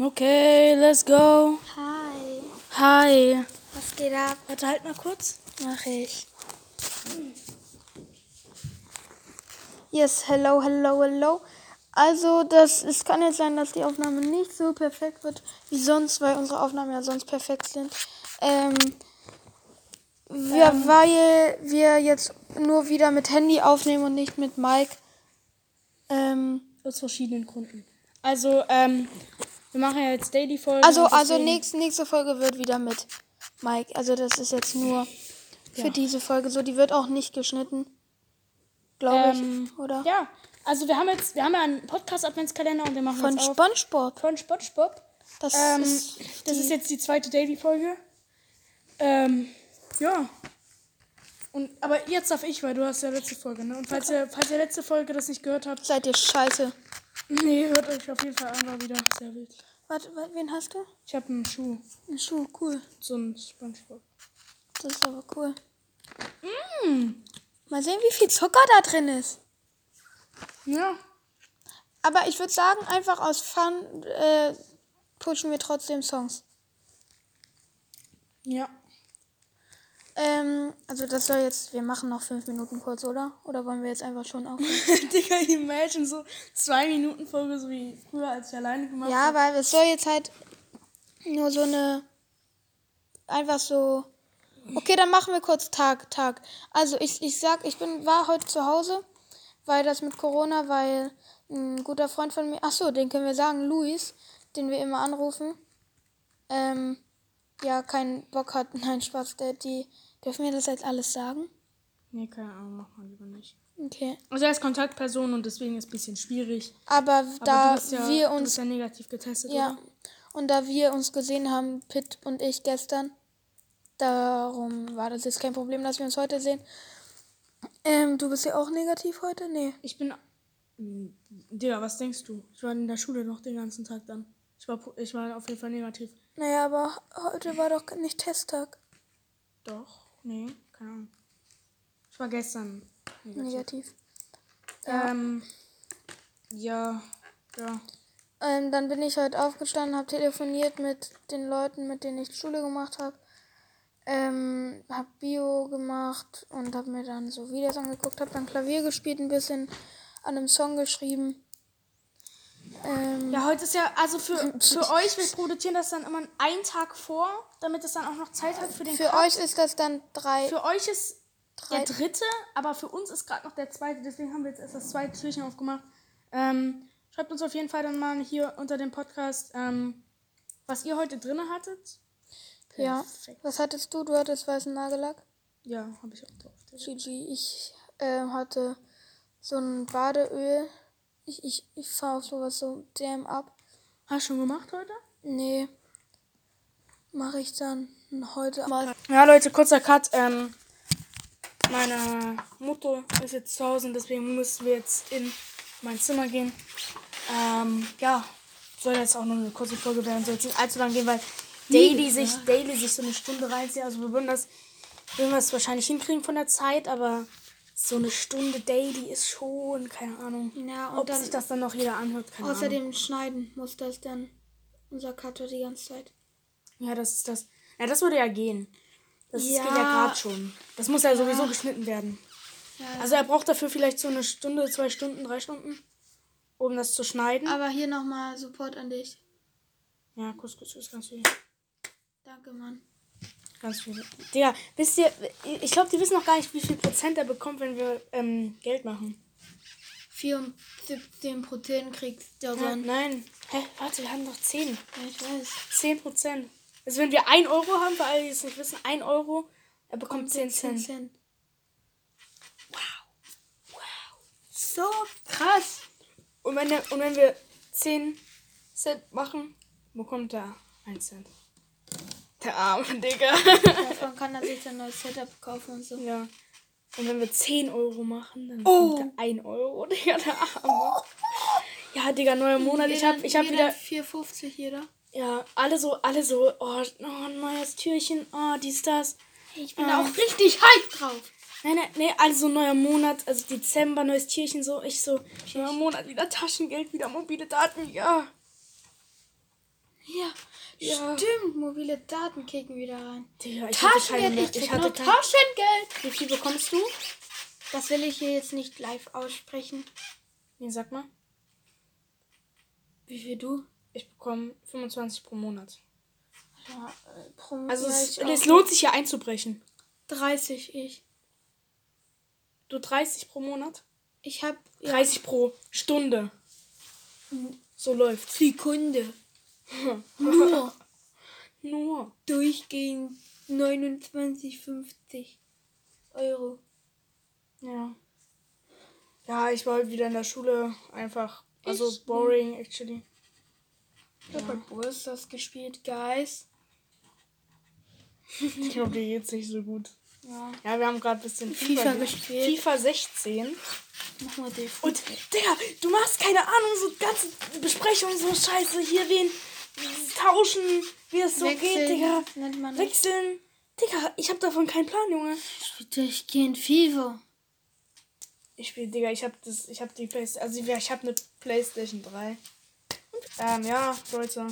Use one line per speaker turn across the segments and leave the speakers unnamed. Okay, let's go.
Hi,
Hi.
was geht ab?
Warte, halt mal kurz.
Mach ich. Yes, hello, hello, hello. Also, das, es kann jetzt sein, dass die Aufnahme nicht so perfekt wird wie sonst, weil unsere Aufnahmen ja sonst perfekt sind. Ähm, wir, weil wir jetzt nur wieder mit Handy aufnehmen und nicht mit Mic. Ähm,
Aus verschiedenen Gründen. Also, ähm, wir machen ja jetzt Daily-Folgen.
also,
und
also
deswegen-
nächst, nächste Folge wird wieder mit Mic. Also, das ist jetzt nur für
Ja.
diese Folge so. Die wird auch nicht geschnitten. Glaube
Ähm,
ich, oder?
Ja, also wir haben jetzt, wir haben ja einen Podcast-Adventskalender und wir machen
Von
jetzt auf
SpongeBob.
von SpongeBob.
Das
Ähm,
ist
das
die-
ist jetzt die zweite Daily-Folge. Ähm, ja. Und, aber jetzt darf ich, weil du hast ja letzte Folge, ne? Und falls, ihr, falls ihr letzte Folge das nicht gehört habt,
Seid ihr scheiße.
nee, hört euch auf jeden Fall an, war wieder sehr wild.
Warte, warte, wen hast du?
Ich habe einen Schuh,
Ein Schuh, cool.
so einen Spongebob.
Das ist aber cool.
Mm.
Mal sehen, wie viel Zucker da drin ist.
Ja,
Aber ich würde sagen, einfach aus Fun äh, pushen wir trotzdem Songs.
ja.
Ähm, also das soll jetzt, wir machen noch fünf Minuten kurz, oder? Oder wollen wir jetzt einfach schon auf?
Digga, imagine so zwei Minuten Folge, so wie früher, als wir alleine gemacht
ja, weil es soll jetzt halt nur so eine, einfach so. Okay, dann machen wir kurz Tag, Tag. Also ich, ich sag, ich bin, war heute zu Hause, weil das mit Corona, weil ein guter Freund von mir, ach so, den können wir sagen, Luis, den wir immer anrufen, ähm, ja, keinen Bock hat, nein, Spaß, der, die, dürfen wir das jetzt alles sagen?
Nee, keine Ahnung, mach mal lieber nicht.
Okay.
Also er ist Kontaktperson und deswegen ist es ein bisschen schwierig.
Aber
Aber
da
du bist ja,
wir
du
uns
bist ja negativ getestet,
Ja.
oder?
Und da wir uns gesehen haben, Pitt und ich gestern, darum war das jetzt kein Problem, dass wir uns heute sehen. Ähm, du bist ja auch negativ heute? Nee.
Ich bin... Hm, Digga, was denkst du? Ich war in der Schule noch den ganzen Tag dann. Ich war, po- ich war auf jeden Fall negativ.
Naja, aber heute war doch nicht Testtag.
Doch, nee, keine Ahnung. Ich war gestern negativ.
Negativ.
Ja. Ähm, ja, ja.
Ähm, dann bin ich heute aufgestanden, habe telefoniert mit den Leuten, mit denen ich Schule gemacht habe. Ähm, habe Bio gemacht und habe mir dann so Videos angeguckt, habe dann Klavier gespielt, ein bisschen an einem Song geschrieben. Ähm,
Ja, heute ist ja, also für, für euch, wir produzieren das dann immer einen Tag vor, damit es dann auch noch Zeit hat für den
Für
Cut.
euch ist das dann drei.
Für euch ist der
Drei-
dritte, aber für uns ist gerade noch der zweite, deswegen haben wir jetzt erst das zweite Türchen aufgemacht. Ähm, schreibt uns auf jeden Fall dann mal hier unter dem Podcast, ähm, was ihr heute drinne hattet.
ja.
Perfekt.
Was hattest du? Du hattest weißen Nagellack.
Ja, habe ich auch drauf.
GG. Ich ähm, hatte so ein Badeöl. Ich, ich, ich fahre auf sowas so damn ab.
Hast du schon gemacht heute?
Nee. Mache ich dann heute mal.
Ja, Leute, kurzer Cut. Ähm, meine Mutter ist jetzt zu Hause und deswegen müssen wir jetzt in mein Zimmer gehen. Ähm, ja, soll jetzt auch nur eine kurze Folge werden, soll jetzt nicht allzu lang gehen, weil Daily sich, Daily sich so eine Stunde reinzieht. Also wir würden das, würden das wahrscheinlich hinkriegen von der Zeit, aber so eine Stunde Daily ist schon, keine Ahnung.
Ja, und
Ob
dann-
sich das dann noch jeder anhört, keine Ahnung.
Außerdem schneiden muss das dann unser Cutter die ganze Zeit.
Ja, das ist das. Ja, das würde ja gehen. Das
Ja.
geht ja gerade schon. Das muss ja sowieso geschnitten werden. Also er braucht dafür vielleicht so eine Stunde, zwei Stunden, drei Stunden, um das zu schneiden.
Aber hier nochmal Support an dich.
ja, Kuss, Kuss, Kuss, ganz viel.
Danke, Mann.
Ganz viel. Digga, wisst ihr, ich glaube, die wissen noch gar nicht, wie viel Prozent er bekommt, wenn wir ähm, Geld machen.
17% kriegst du
Ja, nein. Hä? Warte, wir haben doch 10.
Ich weiß.
10 Prozent. Also wenn wir 1 Euro haben, für alle, die es nicht wissen, 1 Euro, er bekommt 10 Cent. So krass. Und wenn, der, und wenn wir 10 Cent machen, bekommt er 1 Cent. Der arme Digga.
Davon kann er sich dann neues Setup kaufen und so.
ja. Und wenn wir 10 Euro machen, dann
Oh.
bekommt er 1 Euro, Digga, der arme. Ja, Digga, neuer Monat. Ich hab, ich hab wieder.
4,50 jeder.
Ja, alle so, alle so. Oh, oh, neues Türchen. Oh, dies, das.
Ich bin da auch richtig heiß drauf.
Nein, nein, nee, also neuer Monat, also Dezember, neues Tierchen, so, ich so, neuer Monat, wieder Taschengeld, wieder mobile Daten, ja. Ja.
Stimmt, mobile Daten kicken wieder rein.
Digga, ich hatte keine
Taschengeld,
mehr.
ich
Ich
krieg
hatte
nur
keine.
Taschengeld. Wie viel bekommst du? Das will ich hier jetzt nicht live aussprechen.
Nee, sag mal.
Wie viel du?
Ich bekomme 25 pro Monat.
Ja, äh, pro
Also
ja,
es,
ich auch.
es lohnt sich ja einzubrechen.
30 ich.
Du 30 pro Monat?
Ich hab
30 pro Stunde. So läuft's.
Sekunde. Nur
Nur.
durchgehend 29,50 Euro.
Ja. Ja, ich war heute wieder in der Schule. Einfach. Also
Ich-
boring, actually.
Ich hab halt Bursters gespielt, Guys.
Ich glaube, dir geht's nicht so gut.
Ja,
Ja, wir haben gerade ein bisschen
FIFA
ge-
gespielt.
FIFA 16.
mach mal den.
Und, Digga, du machst keine Ahnung, so ganze Besprechungen, so Scheiße. Hier wen tauschen, wie es so geht, Digga.
Nennt man das.
Wechseln. Digga, ich hab davon keinen Plan, Junge.
Durchgehend FIFA.
Ich spiele, Digga, ich hab das, ich hab die Playstation, also ich- ich hab eine Playstation 3. Ähm, ja, Leute.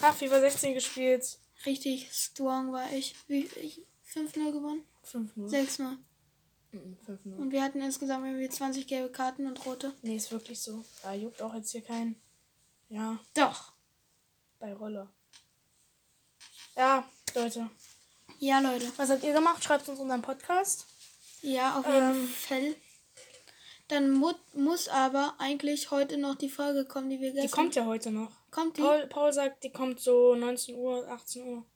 Hab FIFA 16 gespielt.
Richtig strong war ich. Wie ich 5-0 gewonnen?
5-0.
6-0.
5-0.
Und wir hatten insgesamt irgendwie 20 gelbe Karten und rote.
Nee, ist wirklich so. Da juckt auch jetzt hier kein. Ja,
Doch.
bei Roller. Ja, Leute.
Ja, Leute.
Was habt ihr gemacht? Schreibt uns unseren Podcast.
Ja, auf jeden
Ähm.
Fall. Dann mu muss aber eigentlich heute noch die Folge kommen, die wir
Die
gestern...
kommt ja heute noch.
Kommt die?
Paul, Paul sagt, die kommt so 19 Uhr, 18 Uhr.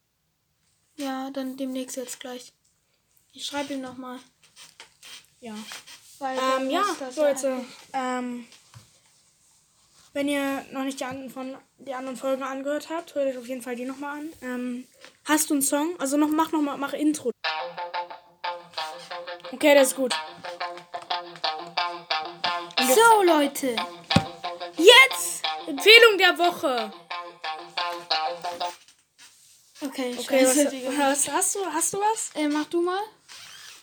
Ja, dann demnächst jetzt gleich. Ich schreibe ihm nochmal.
Ja.
Weil
Ähm,
dann
ja,
muss das
Leute.
eigentlich-
Ähm, wenn ihr noch nicht die anderen, von, die anderen Folgen angehört habt, hört euch auf jeden Fall die nochmal an. Ähm, hast du einen Song? Also noch, mach nochmal, mach Intro. Okay, das ist gut.
So, Leute.
Jetzt! Empfehlung der Woche!
Okay,
Okay, was,
scheiße.
was, hast, du, hast du was?
Äh, mach du mal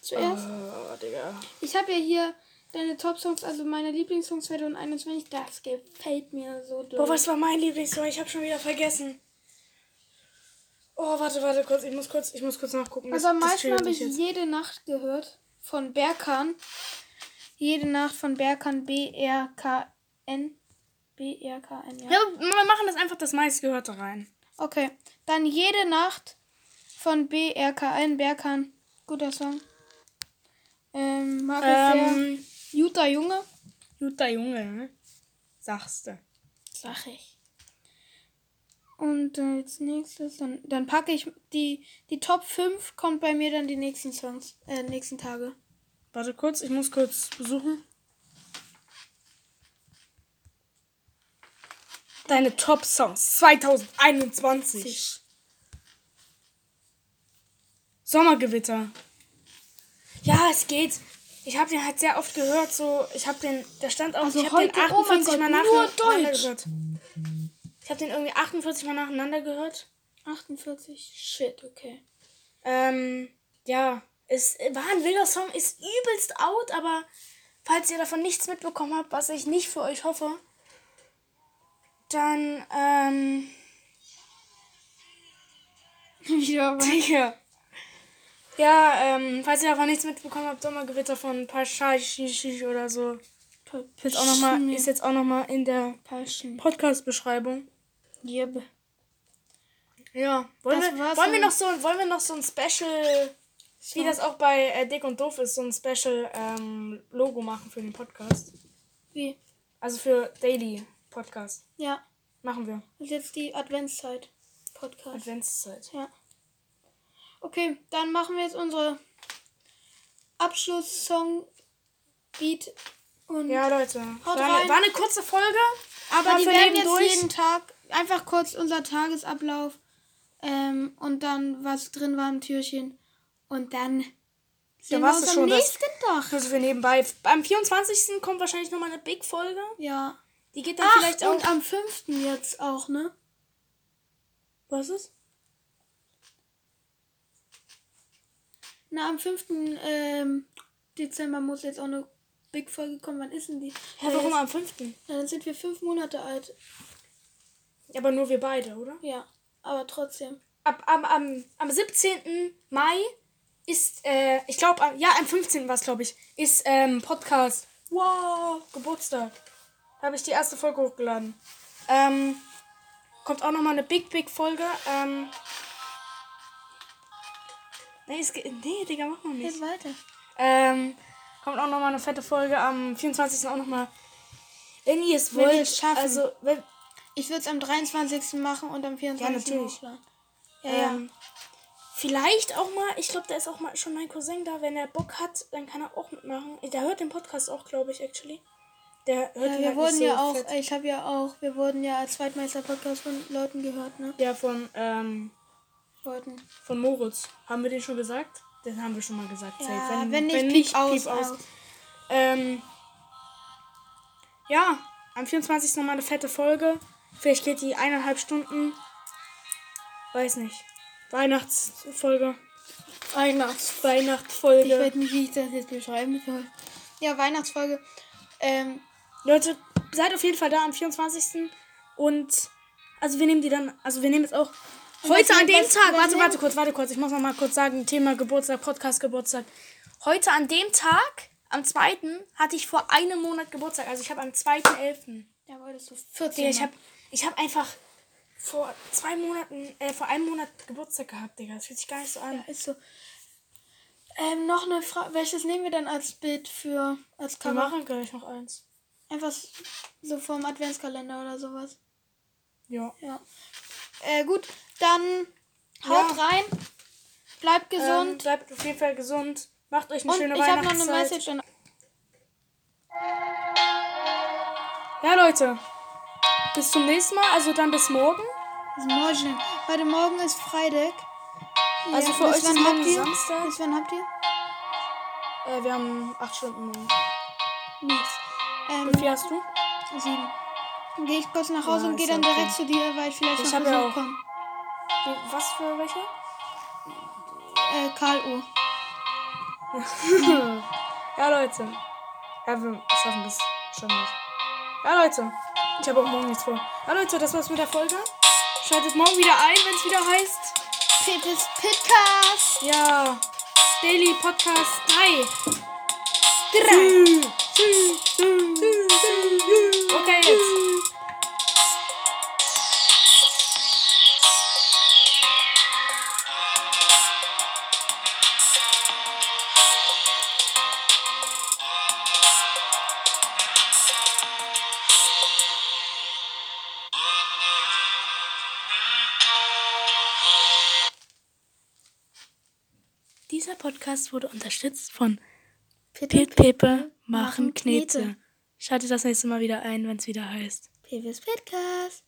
zuerst.
Oh, Digga.
Ich habe ja hier deine Top-Songs, also meine Lieblingssongs 2021. Das gefällt mir so durch.
Boah, was war mein Lieblingssong? Ich hab schon wieder vergessen. Oh, warte, warte, kurz. Ich muss kurz, ich muss kurz nachgucken.
also am meisten
triggert
habe
mich
ich jede Nacht gehört von Berkan. Jede Nacht von Berkan. B-R-K-N. B-R-K-N, ja.
Ja, aber wir machen das einfach das meistgehörte rein.
Okay. Dann jede Nacht von BRKN, Berkan. Guter Song. Ähm, mag
Ähm,
ich sehr. Jutta Junge.
guter Junge, ne? Sagst du.
Sag ich. Und äh, als nächstes, dann, dann packe ich die, die Top 5 kommt bei mir dann die nächsten Songs, äh, nächsten Tage.
Warte kurz, ich muss kurz besuchen. Deine Top-Songs 2021. Sommergewitter. Ja, es geht. Ich habe den halt sehr oft gehört, so ich habe den, der stand auch,
Also
ich habe den
heute, oh mein
48 mal
Gott, nur
nacheinander
Deutsch.
gehört. Ich habe den irgendwie 48 mal nacheinander gehört.
48. Shit, okay.
Ähm, ja, es war ein wilder Song, ist übelst out, aber falls ihr davon nichts mitbekommen habt, was ich nicht für euch hoffe, dann, ähm,
Wieder was.
ja. Ja, ähm, falls ihr davon nichts mitbekommen habt, Sommergewitter von Paschaschisch oder so. Ist jetzt auch nochmal, ist jetzt auch noch mal in der
Passion.
Podcast-Beschreibung.
Yep.
Ja. Wollen,
Das
wir,
war's
wollen, wir
dann.
noch so, wollen wir noch so ein Special, wie das auch bei äh, Dick und Doof ist, so ein Special ähm, Logo machen für den Podcast?
Wie?
Also für Daily Podcast.
Ja.
Machen wir.
Und jetzt die Adventszeit. Podcast.
Adventszeit.
Ja. Okay, dann machen wir jetzt unsere Abschlusssong Beat und
Ja, Leute. War
rein.
eine, war eine kurze Folge.
Aber die
Dafür
werden jetzt
nebendurch-
jeden Tag einfach kurz unser Tagesablauf ähm, und dann was drin war im Türchen. Und dann sehen wir
warst
uns
du
am
schon, das-
nächsten Tag.
Also für nebenbei. Am 24. kommt wahrscheinlich nochmal eine Big-Folge.
Ja.
Die geht dann
Ach,
vielleicht auch.
und am 5. jetzt auch, ne?
Was ist?
Na, am 5. Ähm, Dezember muss jetzt auch eine Big-Folge kommen. Wann ist denn die?
Hä, warum am 5.?
Ja, dann sind wir fünf Monate alt.
Aber nur wir beide, oder?
Ja, aber trotzdem.
Ab, am, am, am 17. Mai ist, äh, ich glaube, ja, am 15. war es, glaube ich, ist ähm, Podcast. Wow, Geburtstag. Da habe ich die erste Folge hochgeladen. Ähm, kommt auch nochmal eine Big Big Folge. Ähm, nee, es, ge- nee, Digga, mach mal nicht.
Geht weiter.
Ähm, kommt auch nochmal eine fette Folge am 24. auch nochmal. Wenn ihr es
Wenn
wollt,
ihr's schaffen.
also wenn,
Ich würde es am 23. machen und am 24.
natürlich.
hochladen. Ja,
ähm, vielleicht auch mal, ich glaube, da ist auch mal schon mein Cousin da, wenn er Bock hat, dann kann er auch mitmachen. Äh, Der hört den Podcast auch, glaube ich, actually. Der hört
ja.
ihn
ja Äh, wir
halt
wurden
nicht so
ja auch,
fett.
ich habe ja auch, wir wurden ja als Zweitmeister-Podcast von Leuten gehört, ne?
Ja, von, ähm,
Leuten.
von Moritz. Haben wir den schon gesagt? Den haben wir schon mal gesagt.
Ja,
safe.
wenn, nicht, piep aus,
piep aus.
aus.
Ähm, ja, am 24. nochmal eine fette Folge. Vielleicht geht die eineinhalb Stunden. Weiß nicht. Weihnachtsfolge.
Weihnachts. Ich
Weihnachtsfolge.
weiß nicht, wie ich das jetzt beschreiben soll. Ja, Weihnachtsfolge. Ähm,
Leute, seid auf jeden Fall da am 24. Und also wir nehmen die dann, also wir nehmen jetzt auch heute
was-
an dem
was-
Tag,
was
warte,
nehmen-
warte kurz, warte kurz, ich muss noch mal kurz sagen, Thema Geburtstag, Podcast Geburtstag. Heute an dem Tag, am 2. hatte ich vor einem Monat Geburtstag, also ich habe am 2.11.
da wolltest du 14.
Digga, ich
machen.
habe ich hab einfach vor zwei Monaten, äh, vor einem Monat Geburtstag gehabt, Digga. Das fühlt sich gar nicht so an.
Ja, ist so. Ähm, noch eine Frage. Welches nehmen wir dann als Bild für, als
Wir
Cover?
machen gleich noch eins.
Einfach so vom Adventskalender oder sowas.
Ja.
Ja. Äh, gut, dann haut rein. Bleibt
Ähm,
gesund.
bleibt auf jeden Fall gesund. Macht euch eine
und
schöne
ich habe noch eine
Weihnachtszeit.
Message an.
Ja, Leute. Bis zum nächsten Mal. Also dann bis morgen.
Bis Also Morgen. Heute Morgen ist Freitag.
Also für
bis
euch
wann
ist
habt
morgen
ihr?
Samstag.
Bis wann habt ihr?
Äh, wir haben acht Stunden. morgen.
Nichts. Ähm,
Wie viel hast du?
sieben. Gehe ich kurz nach Hause
Ja,
und gehe
ist ja
dann
okay.
direkt zu dir, weil ich vielleicht
Ich
noch
hab ja
Besuch
auch-
komme.
Wie- Was für welche?
Äh, Karl O.
Ja, Leute. Ja, wir schaffen das schon nicht. Ja, Leute. Ich habe auch morgen nichts vor. Ja, Leute, das war's mit der Folge. Schaltet morgen wieder ein, wenn es wieder heißt.
Pippis Pitcast.
Ja, Daily Podcast 3. Okay, jetzt. Dieser Podcast wurde unterstützt von Pitt Pepe machen Knete. Schaltet das nächste Mal wieder ein, wenn es wieder heißt.
Pippis Pitcast.